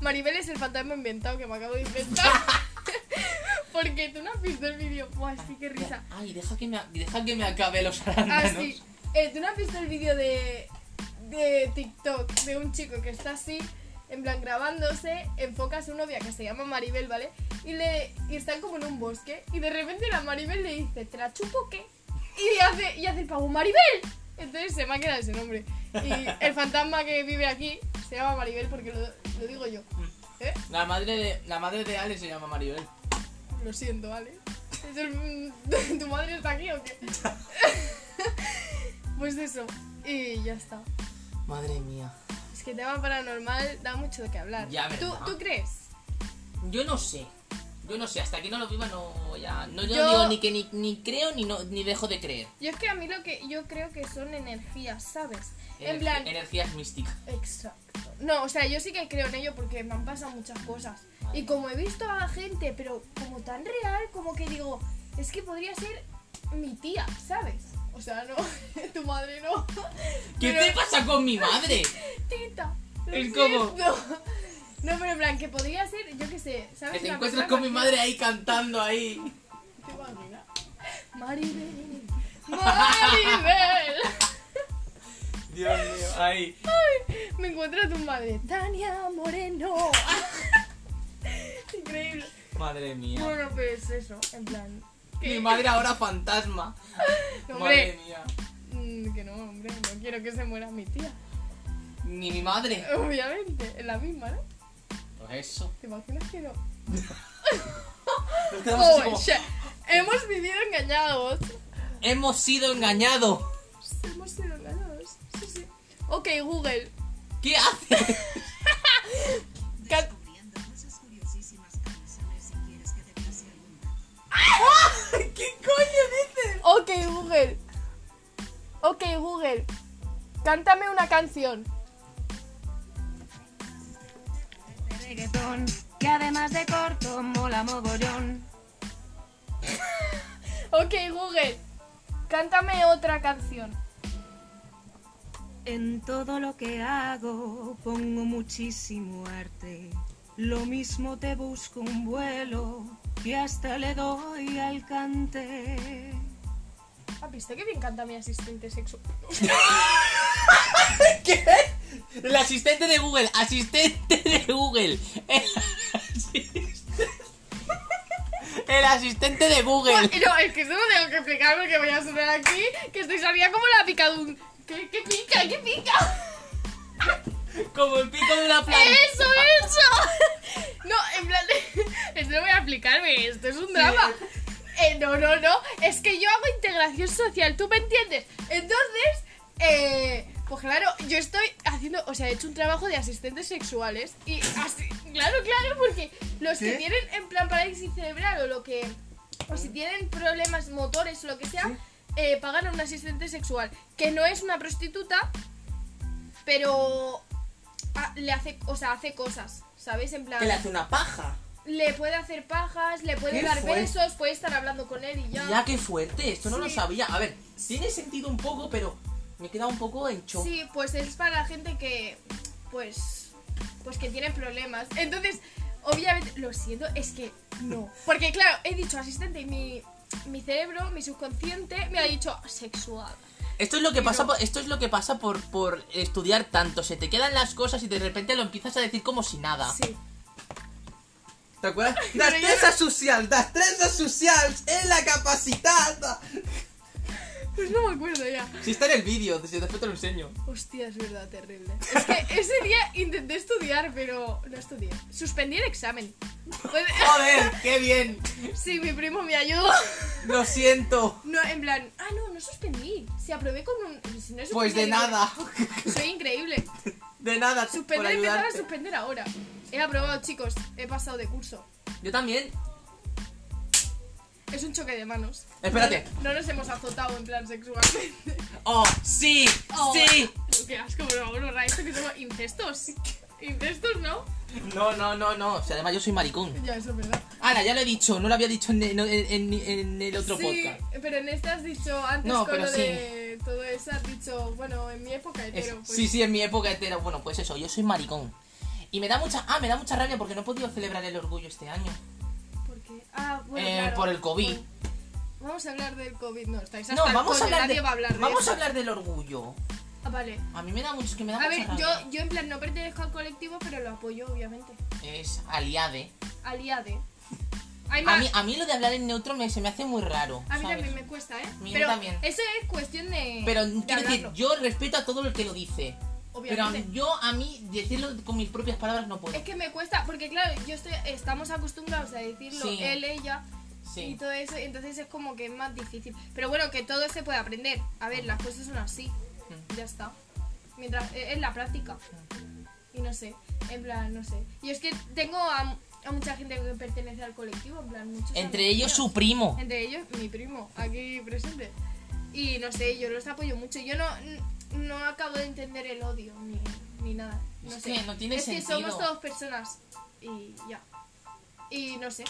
Maribel es el fantasma inventado que me acabo de inventar. Porque tú no has visto el vídeo. ¡Buah, sí, qué risa!
Ay, deja que me, deja que me acabe los
Ah,
arándanos.
sí. Eh, ¿Tú no has visto el vídeo de, de TikTok de un chico que está así, en plan grabándose, enfoca a su novia que se llama Maribel, ¿vale? Y, le, y están como en un bosque y de repente la Maribel le dice, ¿te la chupo qué? Y hace, y hace el pavo, ¡Maribel! Entonces se me ha quedado ese nombre. Y el fantasma que vive aquí se llama Maribel porque lo, lo digo yo. ¿Eh?
La madre de la madre de Ale se llama Maribel.
Lo siento, Ale. Es el- ¿Tu madre está aquí o qué? pues eso. Y ya está.
Madre mía.
Es que tema paranormal da mucho de qué hablar.
Ya,
¿Tú,
¿verdad?
¿Tú crees?
Yo no sé. Yo no sé, hasta que no lo viva no ya no yo,
Yo-
digo ni que ni, ni creo ni no ni dejo de creer.
Yo es que a mí lo que yo creo que son energías, ¿sabes? En
Energi-
plan,
energías místicas.
Exacto. No, o sea, yo sí que creo en ello porque me han pasado muchas cosas. Y como he visto a gente, pero como tan real, como que digo, es que podría ser mi tía, ¿sabes? O sea, no, tu madre no.
¿Qué
Pero-
te pasa con mi madre?
Tita. lo
El cómo.
siento. No, pero en plan, que podría ser, yo qué sé, ¿sabes?
Que te
Una
encuentras
persona
con mi
que-
madre ahí cantando ahí.
¿Te imaginas? Maribel. Maribel.
Dios mío, ahí.
Me encuentro a tu madre. Tania Moreno. Increíble.
Madre mía.
Bueno, pues eso, en plan.
Mi madre ahora fantasma. Madre
Hombre,
mía.
mm, que no, hombre, no quiero que se muera mi tía.
Ni mi madre.
Obviamente, es la misma, ¿no?
Pues eso.
¿Te imaginas que no?
Nos quedamos así
Oh,
como,
shit. Hemos vivido engañados.
Hemos sido engañados.
Hemos sido engañados. Sí, sí. Ok, Google.
¿Qué haces?
Descubriendo cosas curiosísimas canciones si quieres que te pase algún dato.
¿Qué coño dices?
Ok, Google. Ok, Google. Cántame una canción.
de reggaetón, que además de corto mola mogollón.
Ok, Google. Cántame otra canción.
En todo lo que hago pongo muchísimo arte. Lo mismo te busco un vuelo y hasta le doy al cante.
¿Has visto Ah, este que bien canta mi asistente sexual?
¿Qué? El asistente de Google, asistente de Google. El asistente, el asistente de Google.
No, es que esto lo tengo que explicar porque voy a sonar aquí que estoy salida como la picadun. ¿Qué, qué pica? ¿Qué pica?
Como el pico de una planta.
¡Eso, eso! No, en plan. Esto no voy a aplicarme, esto es un drama. Eh, no, no, no. Es que yo hago integración social, ¿tú me entiendes? Entonces, eh, pues claro, yo estoy haciendo. O sea, he hecho un trabajo de asistentes sexuales. Y así. Claro, claro, porque los que
¿Sí?
tienen en plan parálisis cerebral o lo que. O si tienen problemas motores o lo que sea, eh, pagan a un asistente sexual. Que no es una prostituta, pero a- le hace, o sea, hace cosas, ¿sabéis? En plan,
Que le hace una paja.
le puede hacer pajas, le puede
¿Qué
dar
fue?
besos, puede estar hablando con él y ya.
Ya, qué fuerte. Esto no lo
Sí.
sabía. A ver, tiene sentido un poco, pero me he quedado un poco en shock.
Sí, pues es para la gente que, pues, pues que tiene problemas. Entonces, obviamente, lo siento, es que no. Porque claro, he dicho asistente y mi, mi cerebro, mi subconsciente me ha dicho sexual.
Esto es lo que pasa,
no.
por, esto es lo que pasa por, por estudiar tanto. Se te quedan las cosas y de repente lo empiezas a decir como si nada.
Sí.
¿Te acuerdas?
Pero yo
trenzas sociales, las trenzas sociales, es la capacitada.
Pues no me acuerdo ya.
Si está en el vídeo, si después te lo enseño.
Hostia, es verdad, terrible. Es que ese día intenté estudiar, pero no estudié. Suspendí el examen. Pues-
Joder, qué bien.
Sí, mi primo me ayudó.
Lo siento.
No, en plan, ah, no, no suspendí. Si aprobé con un. si no
Pues
suspendí,
de
digo,
nada.
Soy increíble.
De nada, por
Suspender, empezar a
ayudarte.
suspender ahora. He aprobado, chicos. He pasado de curso.
Yo también.
Es un choque de manos.
Espérate.
No, no nos hemos azotado en plan sexualmente.
Oh, sí,
Oh,
sí.
Qué asco, por favor, borra esto que tengo incestos. Incestos, ¿no?
No, no, no, no. O sea, además yo soy maricón.
Ya, eso es verdad.
Ahora, ya lo he dicho, no lo había dicho en, en- en- en el otro
sí,
podcast.
pero en este has dicho antes
No,
con
pero
lo de todo eso, has dicho, bueno, en mi época
Eso.
hetero. Pues,
Sí, sí, en mi época entera. Bueno, pues eso, yo soy maricón. Y me da mucha. Ah, me da mucha rabia porque no he podido celebrar el orgullo este año.
¿por qué? Ah, bueno,
Eh,
claro.
por el COVID.
Bueno, vamos a hablar del COVID. No, estáis hasta
No,
el
vamos a
coño,
hablar
nadie
de-
va a hablar de
Vamos
eso.
a hablar del orgullo.
Ah, vale.
A mí me da mucho, es que me da
A ver,
mucha
yo,
rabia.
yo en plan no pertenezco al colectivo, pero lo apoyo, obviamente.
Es aliade.
Aliade. Hay
A
más.
mí, a mí lo de hablar en neutro me, se me hace muy raro.
A mí
¿sabes?
también me cuesta, ¿eh?
Mí
pero
también.
eso es cuestión de.
Pero
de
quiero decir,
hablarlo,
yo respeto a todo el que lo dice.
obviamente.
Pero yo a mí decirlo con mis propias palabras no puedo.
Es que me cuesta, porque claro, yo estoy, estamos acostumbrados a decirlo
Sí.
él, ella y
Sí.
todo eso, y entonces es como que es más difícil. Pero bueno, que todo se puede aprender. A ver, las cosas son así,
Mm.
ya está. Mientras, e- es la práctica.
Mm.
Y no sé, en plan, no sé. Y es que tengo a, a mucha gente que pertenece al colectivo, en plan, muchos
Entre
amigos
ellos
míos.
su primo.
Entre ellos, mi primo, aquí presente. Y no sé, yo los apoyo mucho. Yo no, no acabo de entender el odio ni, ni nada. No
Es
sé.
que no tiene
es
sentido.
que somos todos personas. Y ya. Y no sé.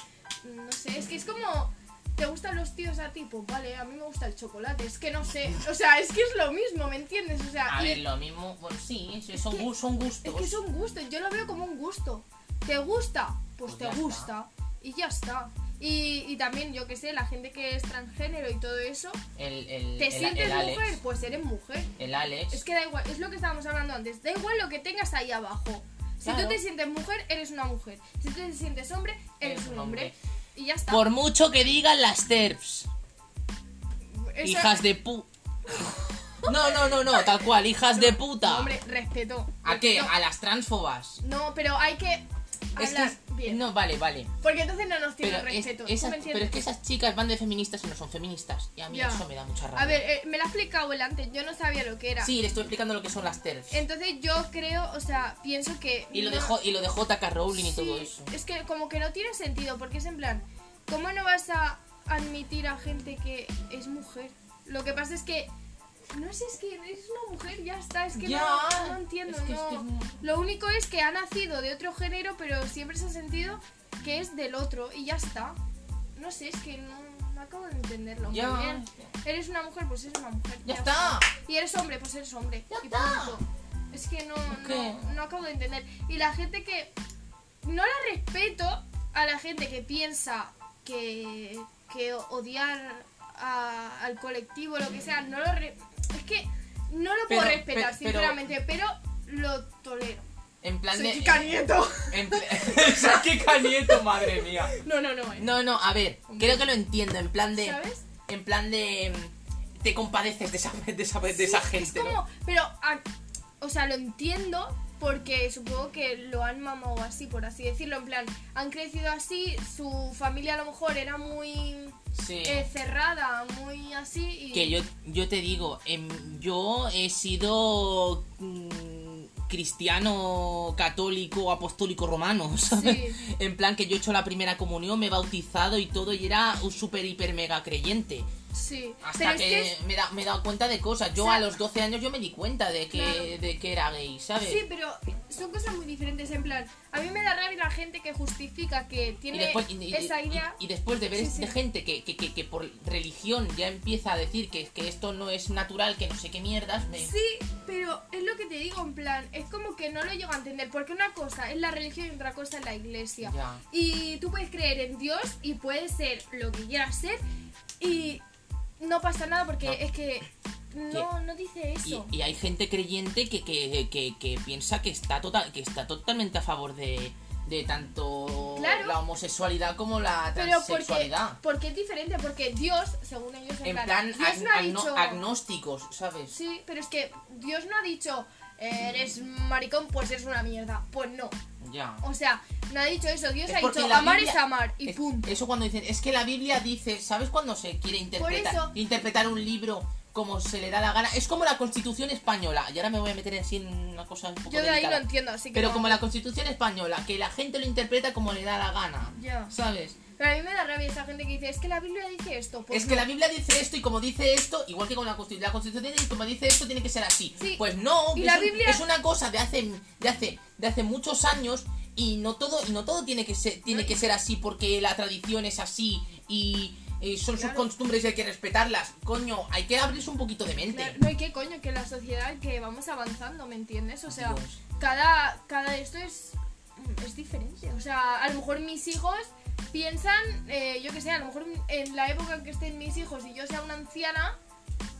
No sé. Es que es como. ¿Te gustan los tíos a ti? Pues vale, a mí me gusta el chocolate. Es que no sé. O sea, es que es lo mismo, ¿me entiendes? O sea,
A
y-
ver, lo mismo. Bueno, sí, sí, son,
que-
gu- son
es
gustos.
que es un gusto, yo lo veo como un gusto. ¿Te gusta? Pues,
Pues
te
ya está.
gusta. Y ya está. Y, y también, yo que sé, la gente que es transgénero y todo eso,
El, el,
¿te
el-
sientes
el Alex.
mujer? Pues eres mujer.
El Alex.
Es que da igual, es lo que estábamos hablando antes, da igual lo que tengas ahí abajo. Si
Claro.
tú te sientes mujer, eres una mujer. Si tú te sientes hombre, eres, un hombre. Y ya está.
Por mucho que digan las TERFs.
Eso-
Hijas de pu. No, no, no, no, tal cual, hijas de
No,
puta.
Hombre, respeto.
¿A qué?
respeto.
A las transfobas.
No, pero hay que
Es
hablar
que.
bien.
No, vale, vale.
Porque entonces no nos
Pero,
tienen
es-
respeto. ¿tú
esas-
me
pero es
entiendes?
que esas chicas van de feministas y no son feministas. Y a mí
Ya.
eso me da mucha rabia.
A ver, eh, me lo ha explicado él antes, yo no sabía lo que era.
Sí, le estoy explicando lo que son las TERFs.
Entonces yo creo, o sea, pienso que...
Y lo
no-
dejó, y lo dejó J.K. Rowling y
Sí,
todo eso.
Es que como que no tiene sentido, porque es en plan, ¿cómo no vas a admitir a gente que es mujer? Lo que pasa es que, no sé, es que es una mujer, ya está, es que
Ya.
no, no entiendo,
Es que- es
no.
que es muy-
Lo único es que ha nacido de otro género, pero siempre se ha sentido que es del otro y ya está. No sé, es que no, no acabo de entenderlo.
Ya.
muy bien. Eres una mujer, pues eres una mujer.
Ya está.
Y eres hombre, pues eres hombre.
Ya
y
está.
punto. Es que no,
¿Qué?
no, no acabo de entender. Y la gente que no la respeto a la gente que piensa que, que odiar a- al colectivo, lo que sea, no lo re- es que no lo puedo
Pero-
respetar,
pe- pero-
sinceramente, pero, lo tolero.
En plan
Soy
de.
chica nieto.
en pl- O sea, qué caliente, madre mía.
No, no, no. eh.
No, no, a ver, creo que lo entiendo. En plan de.
¿Sabes?
En plan de. mm, Te compadeces de esa, de esa, de esa
Sí,
gente.
Es
¿no?
como, pero, a- o sea, lo entiendo porque supongo que lo han mamado así, por así decirlo. En plan, han crecido así, su familia a lo mejor era muy
Sí.
eh, cerrada, muy así. Y
Que yo, yo te digo, em, yo he sido mm, cristiano, católico, apostólico romano, ¿sabes?
Sí.
En plan que yo he hecho la primera comunión, me he bautizado y todo, y era un super hiper mega creyente.
Sí,
Hasta
pero
que,
es que.
me, da- me he dado cuenta de cosas. Yo
O sea-
a los 12 años yo me di cuenta de que,
Claro.
de que era gay,
es-
¿sabes?
Sí, pero son cosas muy diferentes. En plan, a mí me da rabia la gente que justifica que
y
tiene
después, y- y-
esa
y-
idea.
y después de ver
Sí,
es-
sí.
de gente que, que, que- que por religión ya empieza a decir que, que esto no es natural, que no sé qué mierdas, me...
Sí, pero es lo que te digo, en plan, es como que no lo llego a entender, porque una cosa es la religión y otra cosa es la iglesia.
Ya.
Y tú puedes creer en Dios y puedes ser lo que quieras ser y no pasa nada porque
No.
es que no, no dice
Y,
eso.
y hay gente creyente que, que, que- que piensa que está total, que está totalmente a favor de, de tanto
Claro.
la homosexualidad como la
pero porque,
transexualidad.
porque es diferente, porque Dios, según ellos, en,
en plan
Dios
ag-
no ha
agno-
dicho...
agnósticos, ¿sabes?
Sí, pero es que Dios no ha dicho, eres maricón, pues eres una mierda. Pues no.
Ya.
O sea, no ha dicho eso. Dios
Es
ha
porque
dicho,
la
amar
Biblia-
es amar y
Es-
punto.
Eso cuando dicen, es que la Biblia dice, ¿sabes cuando se quiere interpretar,
eso.
interpretar un libro como se le da la gana? Es como la Constitución española. Y ahora me voy a meter así en una cosa un poco
Yo de ahí lo
delicada.
entiendo, así que.
Pero
no.
como la Constitución española, que la gente lo interpreta como le da la gana.
Ya.
¿Sabes?
Pero a mí me da rabia esa gente que dice, es que la Biblia dice esto. Pues
es que
no.
la Biblia dice esto y como dice esto, igual que con la Constitución, la Constitución dice, como dice esto tiene que ser así.
Sí.
Pues no,
Y
es,
la
un-
Biblia-
es una cosa de hace de hace de hace muchos años y no todo y no todo tiene que ser tiene que ser así porque la tradición es así y eh, son
Claro.
sus costumbres y hay que respetarlas. Coño, hay que abrirse un poquito de mente.
Claro, No hay que coño, que la sociedad que vamos avanzando, ¿me entiendes? O sea,
Dios.
cada, cada esto es, es diferente. O sea, a lo mejor mis hijos piensan, eh, yo qué sé, a lo mejor en la época en que estén mis hijos y yo sea una anciana,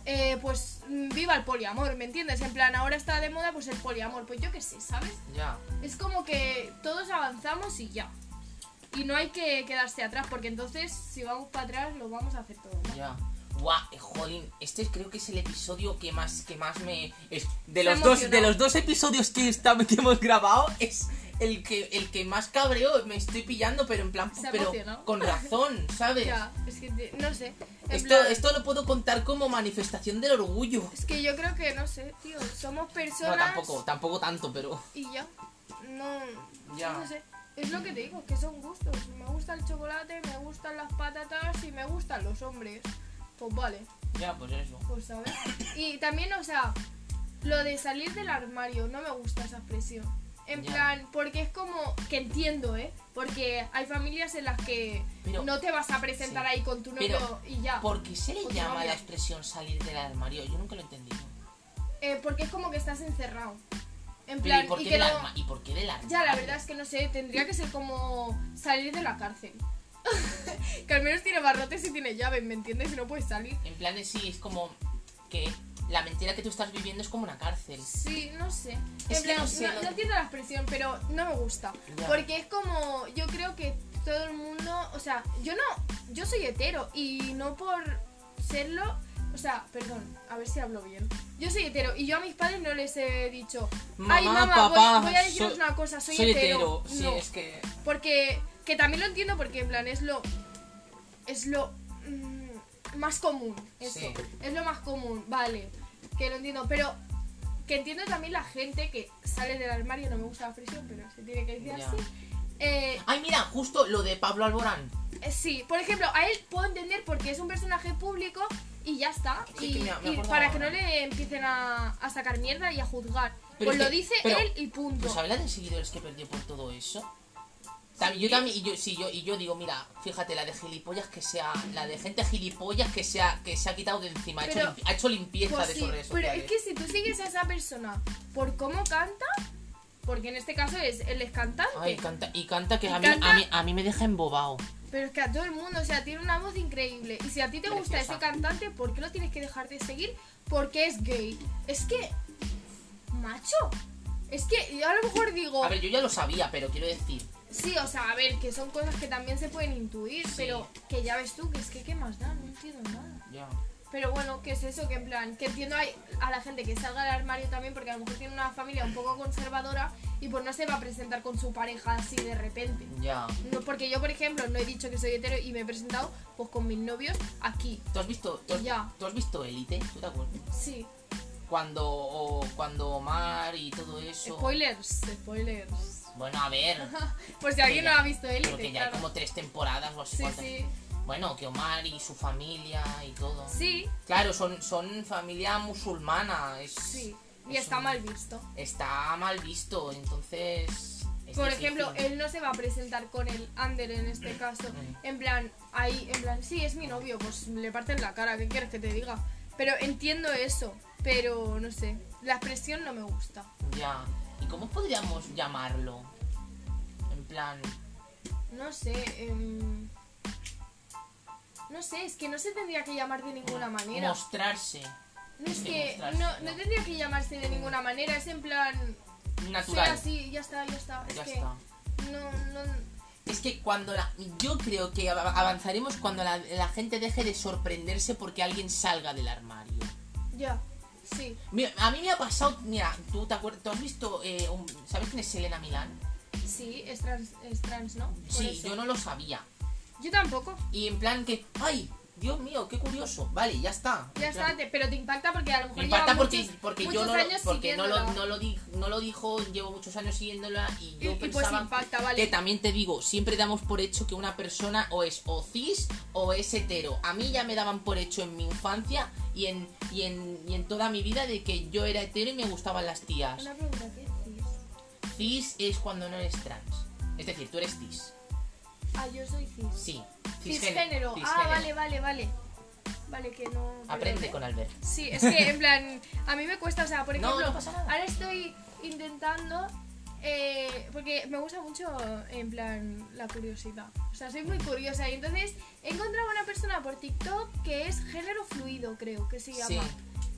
eh, pues mm, viva el poliamor, ¿me entiendes? En plan, ahora está de moda pues el poliamor, pues yo qué sé, ¿sabes?
Ya.
Es como que todos avanzamos y ya. Y no hay que quedarse atrás, porque entonces si vamos para atrás lo vamos a hacer todo mal.
Ya. Guau, eh, jolín, este creo que es el episodio que más que más me es- de
Se ha
los dos de
emocionado.
los dos episodios que, está- que hemos grabado es el que el que más cabreo me estoy pillando, pero en plan
Se ha
pero
emocionado.
con razón, ¿sabes?
Ya, es que te- no sé. en
Esto,
plan-
esto lo puedo contar como manifestación del orgullo.
Es que yo creo que no sé, tío. Somos personas
Bueno, tampoco, tampoco tanto, pero
y ya. No,
Ya.
no sé. Es lo que te digo, que son gustos. Me gusta el chocolate, me gustan las patatas y me gustan los hombres. Pues vale,
ya pues eso.
pues sabes. Y también, o sea, lo de salir del armario, no me gusta esa expresión. En
Ya.
plan, porque es como que entiendo, ¿eh? Porque hay familias en las que
Pero-
no te vas a presentar
sí.
ahí con tu novio
Pero,
y ya.
¿Por qué se le
Pues
llama
novia.
la expresión salir del armario? Yo nunca lo he entendido.
Eh, porque es como que estás encerrado. En
Pero,
plan,
¿y, por
y
qué
que
del
no...
arma- ¿Y por qué del armario?
Ya, la verdad es que no sé, tendría que ser como salir de la cárcel. que al menos tiene barrotes y tiene llaves, ¿me entiendes? Y no puedes salir.
En plan de sí, es como que la mentira que tú estás viviendo es como una cárcel.
Sí, no sé.
Es
En
que
plan,
no sé,
no,
lo-
entiendo la expresión, pero no me gusta.
Ya.
Porque es como, yo creo que todo el mundo, o sea, yo no, yo soy hetero y no por serlo, o sea, perdón, a ver si hablo bien. Yo soy hetero y yo a mis padres no les he dicho, ay
Mamá,
mamá, voy-
papá,
voy, a deciros
soy-
una cosa, soy,
Soy hetero, sí,
No.
es que.
Porque, que también lo entiendo porque en plan es lo, es lo mm, más común, eso,
Sí.
es lo más común, vale, que lo entiendo, pero que entiendo también la gente que sale del armario, no me gusta la expresión, pero se tiene que decir
Ya.
así. Eh,
Ay, mira, justo lo de Pablo Alborán.
eh, sí, por ejemplo, a él puedo entender porque es un personaje público y ya está,
Sí,
y,
que me- me
y
acordaba
para que no
ahora.
le empiecen a, a sacar mierda y a juzgar.
Pero
pues
es
lo
que-
dice
pero- pues
él y punto.
¿Tú sabes la de seguidores que perdió por todo eso? Tam- Yo también, y yo, sí, yo, y yo digo, mira, fíjate, la de gilipollas que sea, la de gente gilipollas que sea, que se ha quitado de encima, ha hecho,
Pero-
limpi- ha hecho limpieza
Pues
de
sí,
sus redes
pero
sociales.
es que si tú sigues a esa persona por cómo canta, Porque en este caso es él es cantante.
Ay, canta, y canta que
Y
a, mí,
canta-
A, mí, a mí me deja embobado.
Pero es que a todo el mundo, o sea, tiene una voz increíble. Y si a ti te gusta
Preciosa.
ese cantante, ¿por qué lo tienes que dejar de seguir? Porque es gay. Es que. Macho. Es que yo a lo mejor digo.
A ver, yo ya lo sabía, pero quiero decir.
Sí, o sea, a ver, que son cosas que también se pueden intuir,
Sí.
pero que ya ves tú, que es que qué más da, no entiendo nada.
Ya.
Pero bueno, que es eso, que en plan, que entiendo a, a la gente que salga del armario también, porque a lo mejor tiene una familia un poco conservadora y pues no se va a presentar con su pareja así de repente.
Ya.
No, porque yo, por ejemplo, no he dicho que soy hetero y me he presentado pues con mis novios aquí.
¿Tú has visto, tú has,
Ya.
¿tú has visto Elite? ¿Tú te acuerdas?
Sí.
Cuando, o- cuando Omar y todo eso.
Spoilers, spoilers.
Bueno, a ver.
Por si alguien no
ya-
ha visto Élite,
Pero que ya hay
claro.
como tres temporadas o así.
Sí,
cuantas.
sí.
Bueno, que Omar y su familia y todo.
Sí,
Claro, son, son familia musulmana. Es,
sí. Y
es
está
un-
mal visto.
Está mal visto, entonces. Este es
Por
difícil.
ejemplo, eh, él no se va a presentar con el Ander en este caso.
Mm.
En plan, ahí, en plan, sí, es mi novio, pues le parten la cara, ¿qué quieres que te diga? Pero entiendo eso, pero no sé, la expresión no me gusta.
Ya. ¿Y cómo podríamos llamarlo? En plan.
No sé, em, no sé, es que no se tendría que llamar de ninguna manera.
Mostrarse.
No es
sí,
que,
mostrar,
no, no
no.
tendría que llamarse de ninguna manera, es en plan, soy
Natural.
así, ya está, ya está. Es
ya
que
está.
no, no,
Es que cuando la. Yo creo que av- avanzaremos cuando la, la gente deje de sorprenderse porque alguien salga del armario.
ya, sí.
Mira, a mí me ha pasado. Mira, tú te acuerdas. ¿Tú has visto. eh, un- ¿Sabes quién es Selena Milán?
Sí, es trans, es trans ¿no? Por
Sí,
eso.
yo no lo sabía.
Yo tampoco.
Y en plan que. ¡Ay! Dios mío, qué curioso. Vale, ya está.
Ya
En plan-
está, te- pero te impacta porque a lo mejor
Me impacta
lleva
porque,
muchos,
porque yo
muchos
no, lo-
años
porque no, lo,
siguiéndola.
no, lo di- no lo dijo, llevo muchos años siguiéndola y
y,
yo
y pues
pensaba
impacta,
que
vale.
también te digo, siempre damos por hecho que una persona o es o cis o es hetero. A mí ya me daban por hecho en mi infancia y en, y en, y en toda mi vida de que yo era hetero y me gustaban las tías.
Una pregunta, ¿qué decís?
Cis es cuando no eres trans. Es decir, tú eres cis.
Ah, yo soy cis.
Sí.
Cisgénero. Ah,
cisgénero.
vale, vale, vale. Vale, que no...
Aprende
perdón,
con Albert.
¿eh? Sí, es que en plan, a mí me cuesta, o sea, por
No,
ejemplo,
no pasa nada.
ahora estoy intentando... eh, porque me gusta mucho, en plan, la curiosidad. O sea, soy muy curiosa. Y entonces he encontrado una persona por TikTok que es género fluido, creo que se llama.
Sí.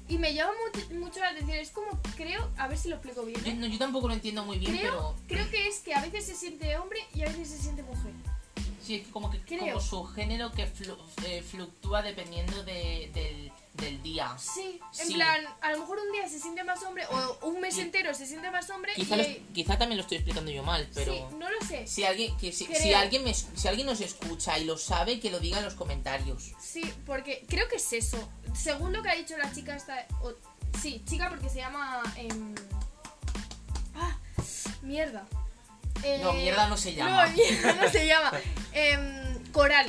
Y me llama mu- mucho la atención. Es como, creo, a ver si lo explico bien.
Yo,
¿eh?
no- yo tampoco lo entiendo muy bien,
Creo,
pero.
creo que es que a veces se siente hombre y a veces se siente mujer.
Sí, es que como que
Creo.
como su género que flu- eh, fluctúa dependiendo de- del, del día.
Sí, en
Sí.
plan, a lo mejor un día se siente más hombre o un mes
Y-
entero se siente más hombre
Quizá,
y.
los- quizá también lo estoy explicando yo mal, pero
Sí, no lo sé.
si alguien que si,
Creo.
si alguien me es- si alguien nos escucha y lo sabe que lo diga en los comentarios.
Sí, porque creo que es eso. Según lo que ha dicho la chica esta... o- sí, chica porque se llama... em, ah, mierda. Eh,
No, mierda no se llama.
No, mierda no se llama. Em, coral.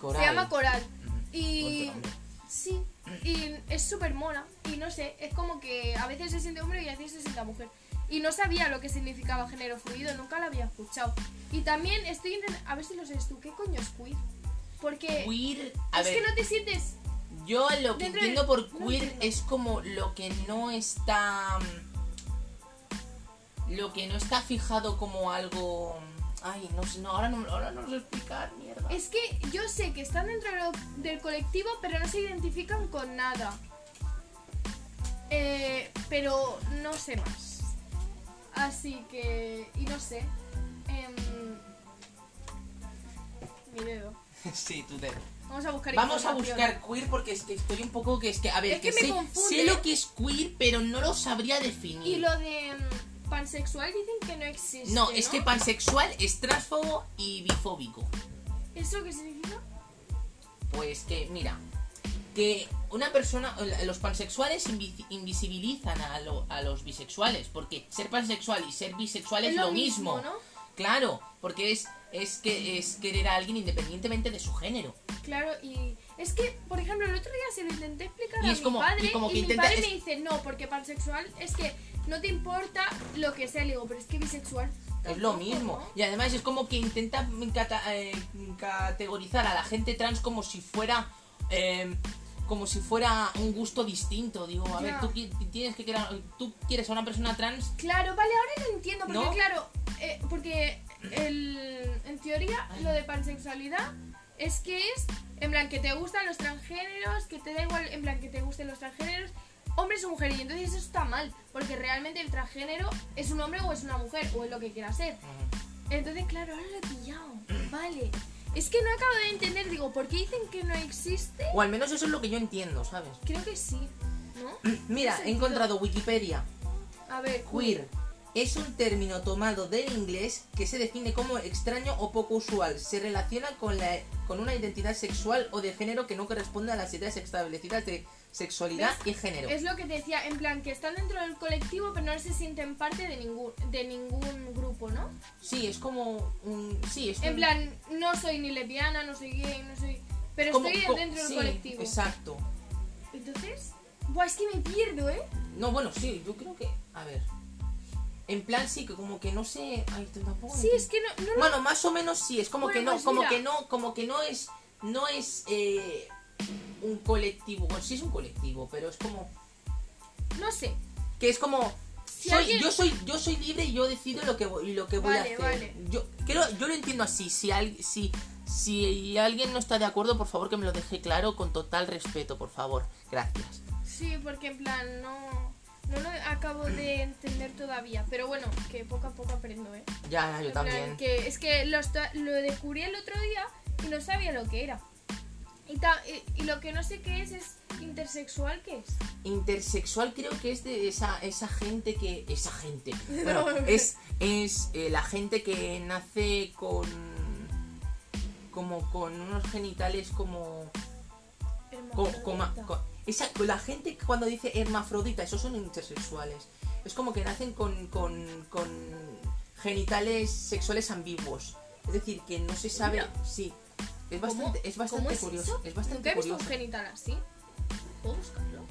Coral.
Se llama Coral.
Mm,
Y...
bonito nombre.
Sí, y es súper mona. Y no sé, es como que a veces se siente hombre y a veces se siente mujer. Y no sabía lo que significaba género fluido, nunca lo había escuchado. Y también estoy intentando... A ver si lo sabes tú, ¿qué coño es queer? Porque...
Queer, a
es
ver,
que no te sientes
yo lo que
dentro
entiendo
de-
por
no
queer
entiendo.
es como lo que no está mm, lo que no está fijado como algo mm, Ay, no sé, no, ahora no, ahora no lo sé explicar, mierda.
Es que yo sé que están dentro de lo- del colectivo, pero no se identifican con nada. Eh, pero no sé más. Así que. Y no sé. Em, mi dedo.
Sí, tú te...
Vamos a buscar
Vamos a
información.
buscar queer porque es que estoy un poco que es que a ver
Es que me
sé,
confunde.
sé lo que es queer pero no lo sabría definir.
Y lo de em, pansexual dicen que no existe.
no, este es que pansexual es transfobo y bifóbico.
¿Eso qué significa?
Pues que mira, que una persona los pansexuales invi- invisibilizan a, lo- a los bisexuales porque ser pansexual y ser bisexual es, lo mismo.
¿no?
Claro, porque es es que es querer a alguien independientemente de su género.
Claro, y es que, por ejemplo, el otro día se lo intenté explicar
Y
a
es
mi
como-
padre
y como que
mi
intenta-
padre
es-
me dice, no, porque pansexual es que no te importa lo que sea, le digo, pero es que bisexual...
Es lo
tampoco,
mismo.
¿no?".
Y además es como que intenta cata- eh, categorizar a la gente trans como si fuera eh, como si fuera un gusto distinto. Digo, a ver,
Ya.
tú qui- tienes que querer, tú quieres a una persona trans.
Claro, vale, ahora lo entiendo, porque
¿No?
claro, eh, porque el, en teoría lo de pansexualidad es que es, en plan, que te gustan los transgéneros, que te da igual, en plan, que te gusten los transgéneros, hombres o mujeres, y entonces eso está mal, porque realmente el transgénero es un hombre o es una mujer, o es lo que quiera ser. Entonces, claro, ahora lo he pillado, vale. Es que no acabo de entender, digo, ¿por qué dicen que no existe?
O al menos eso es lo que yo entiendo, ¿sabes?
Creo que sí, ¿no?
Mira, he encontrado Wikipedia.
A ver,
Queer es un término tomado del inglés que se define como extraño o poco usual. Se relaciona con, la, con una identidad sexual o de género que no corresponde a las ideas establecidas de sexualidad y género.
Es lo que te decía, en plan, que están dentro del colectivo, pero no se sienten parte de ningún, de ningún grupo, ¿no?
Sí, es como un... Sí, es
En
un-
plan, no soy ni lesbiana, no soy gay, no soy... Pero
como-
estoy
co-
dentro
sí,
del colectivo.
Exacto.
Entonces... Buah, es que me pierdo, ¿eh?
No, bueno, sí, yo creo que... A ver. En plan sí, que como que no sé... Ay, tampoco...
Sí, es que no... no lo-
Bueno, más o menos sí, es como
Bueno,
que no,
pues
como
mira.
que no, como que no es, no es eh, un colectivo, bueno, sí es un colectivo, pero es como
no sé.
que es como
Si
soy-
alguien-
yo soy yo soy libre y yo decido lo que voy- lo que voy
Vale,
a hacer.
vale.
Yo creo yo lo entiendo así, si al- si si alguien no está de acuerdo, por favor que me lo deje claro con total respeto, por favor. Gracias.
Sí, porque en plan, no... No lo acabo de entender todavía. Pero bueno, que poco a poco aprendo, ¿eh?
Ya, yo
En plan,
también.
que es que lo, esta- lo descubrí el otro día y no sabía lo que era. Y, ta- y- y lo que no sé qué es es intersexual, ¿qué es?
Intersexual creo que es de esa, esa gente que... Esa gente. Bueno, es, es eh, la gente que nace con... Como con unos genitales como... co- coma- co- esa, con la gente que cuando dice hermafrodita, esos son intersexuales. Es como que nacen con, con, con genitales sexuales ambiguos. Es decir, que no se sabe... Sí. Es
¿Cómo?
bastante, es bastante
¿Cómo es
curioso.
eso?
Es bastante
Nunca he visto
curioso.
un genital así. ¿Puedo buscarlo?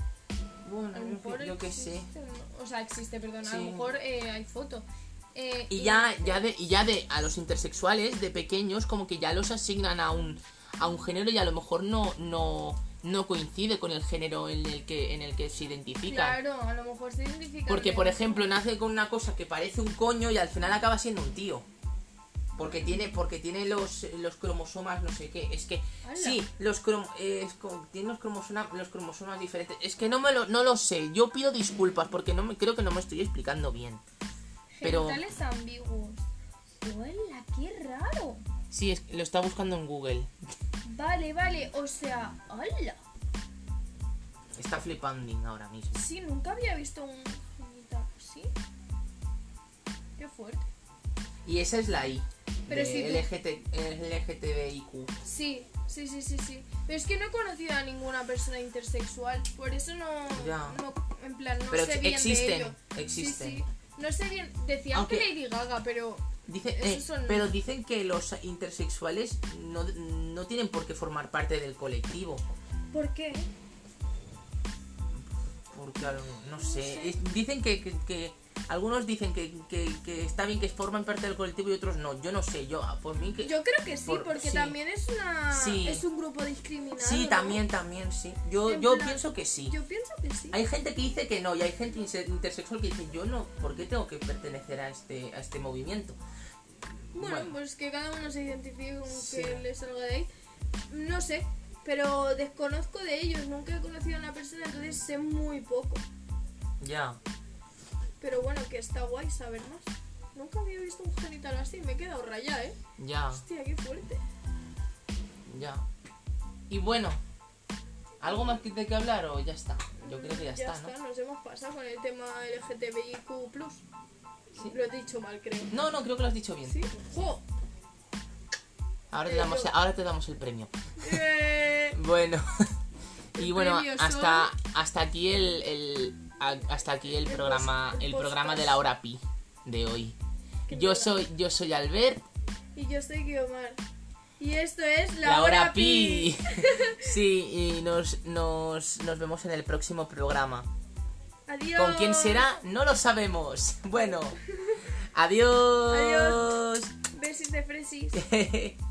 Bueno,
A lo
yo
mejor
que- yo qué sé.
existe, ¿no? O sea, existe, perdón. A lo
Sí.
mejor eh, hay foto. Eh,
Y ya, ya de, y ya de a los intersexuales de pequeños como que ya los asignan a un a un género y a lo mejor no no no coincide con el género en el que en el que se identifica.
Claro, a lo mejor se identifica.
Porque por ejemplo nace con una cosa que parece un coño y al final acaba siendo un tío. Porque tiene porque tiene los, los cromosomas no sé qué, es que
¡Hala!
sí, los crom, eh, es como- tiene los cromosomas los cromosomas diferentes. Es que no me lo no lo sé. Yo pido disculpas porque no me creo que no me estoy explicando bien. pero-
Genitales ambiguos.
Hola, qué raro.
Sí, es- lo está buscando en Google.
Vale, vale. O sea, hola.
Está flipanding ahora mismo.
Sí, nunca había visto un genital así. Qué fuerte.
Y esa es la I.
Pero
de
si tú-
LGT LGTBIQ.
Sí, sí, sí, sí, sí. Pero es que no he conocido a ninguna persona intersexual, por eso no,
Ya.
no- en plan, no
Pero
sé
ex-
bien
existen,
de ello. Sí,
existen.
sí. No sé bien, decían
Aunque-
que Lady Gaga, pero
Dice,
Esos
eh,
son-
Pero dicen que los intersexuales no, no tienen por qué formar parte del colectivo.
¿por qué?
Porque a lo- no sé. es- dicen que, que- que- algunos dicen que, que- que está bien que forman parte del colectivo y otros no. Yo no sé. Yo ah, por mí que.
Yo creo que sí,
por-
porque
sí.
también es una
Sí.
es un grupo discriminado.
sí,
¿no?
también, también, sí. Yo,
En
yo
plan-
pienso que sí.
Yo pienso que sí.
Hay gente que dice que no y hay gente inse- intersexual que dice yo no, ¿por qué tengo que pertenecer a este, a este movimiento?
Bueno,
Bueno.
pues que cada uno se identifique con
Sí.
que le salga de ahí. No sé, pero desconozco de ellos, nunca he conocido a una persona, entonces sé muy poco.
Ya.
Pero bueno, que está guay saber más. Nunca había visto un genital así, me he quedado rayada, ¿eh?
Ya,
Hostia, qué fuerte.
ya. Y bueno, ¿algo más que- de que hablar o ya está? Yo creo que ya, está, ¿no?
nos hemos pasado con el tema LGTBIQ+.
Sí.
Lo he dicho mal, creo.
No, no, creo que lo has dicho bien.
¿Sí? ¡Jo!
Ahora, te damos,
Pero-
ahora te damos el premio.
Eh,
Bueno, y
El
bueno,
premio
hasta, hasta aquí el, el- a- hasta aquí el
El
programa,
post- el
el programa de
podcast.
la hora pi de hoy.
Qué
Yo
mierda.
soy, yo soy Albert.
Y yo soy Guiomar. Y esto es La,
La hora pi. Sí, y nos, nos, nos vemos en el próximo programa.
Adiós.
¿Con quién será? No lo sabemos. Bueno, adiós.
Besis de fresis.
Adiós.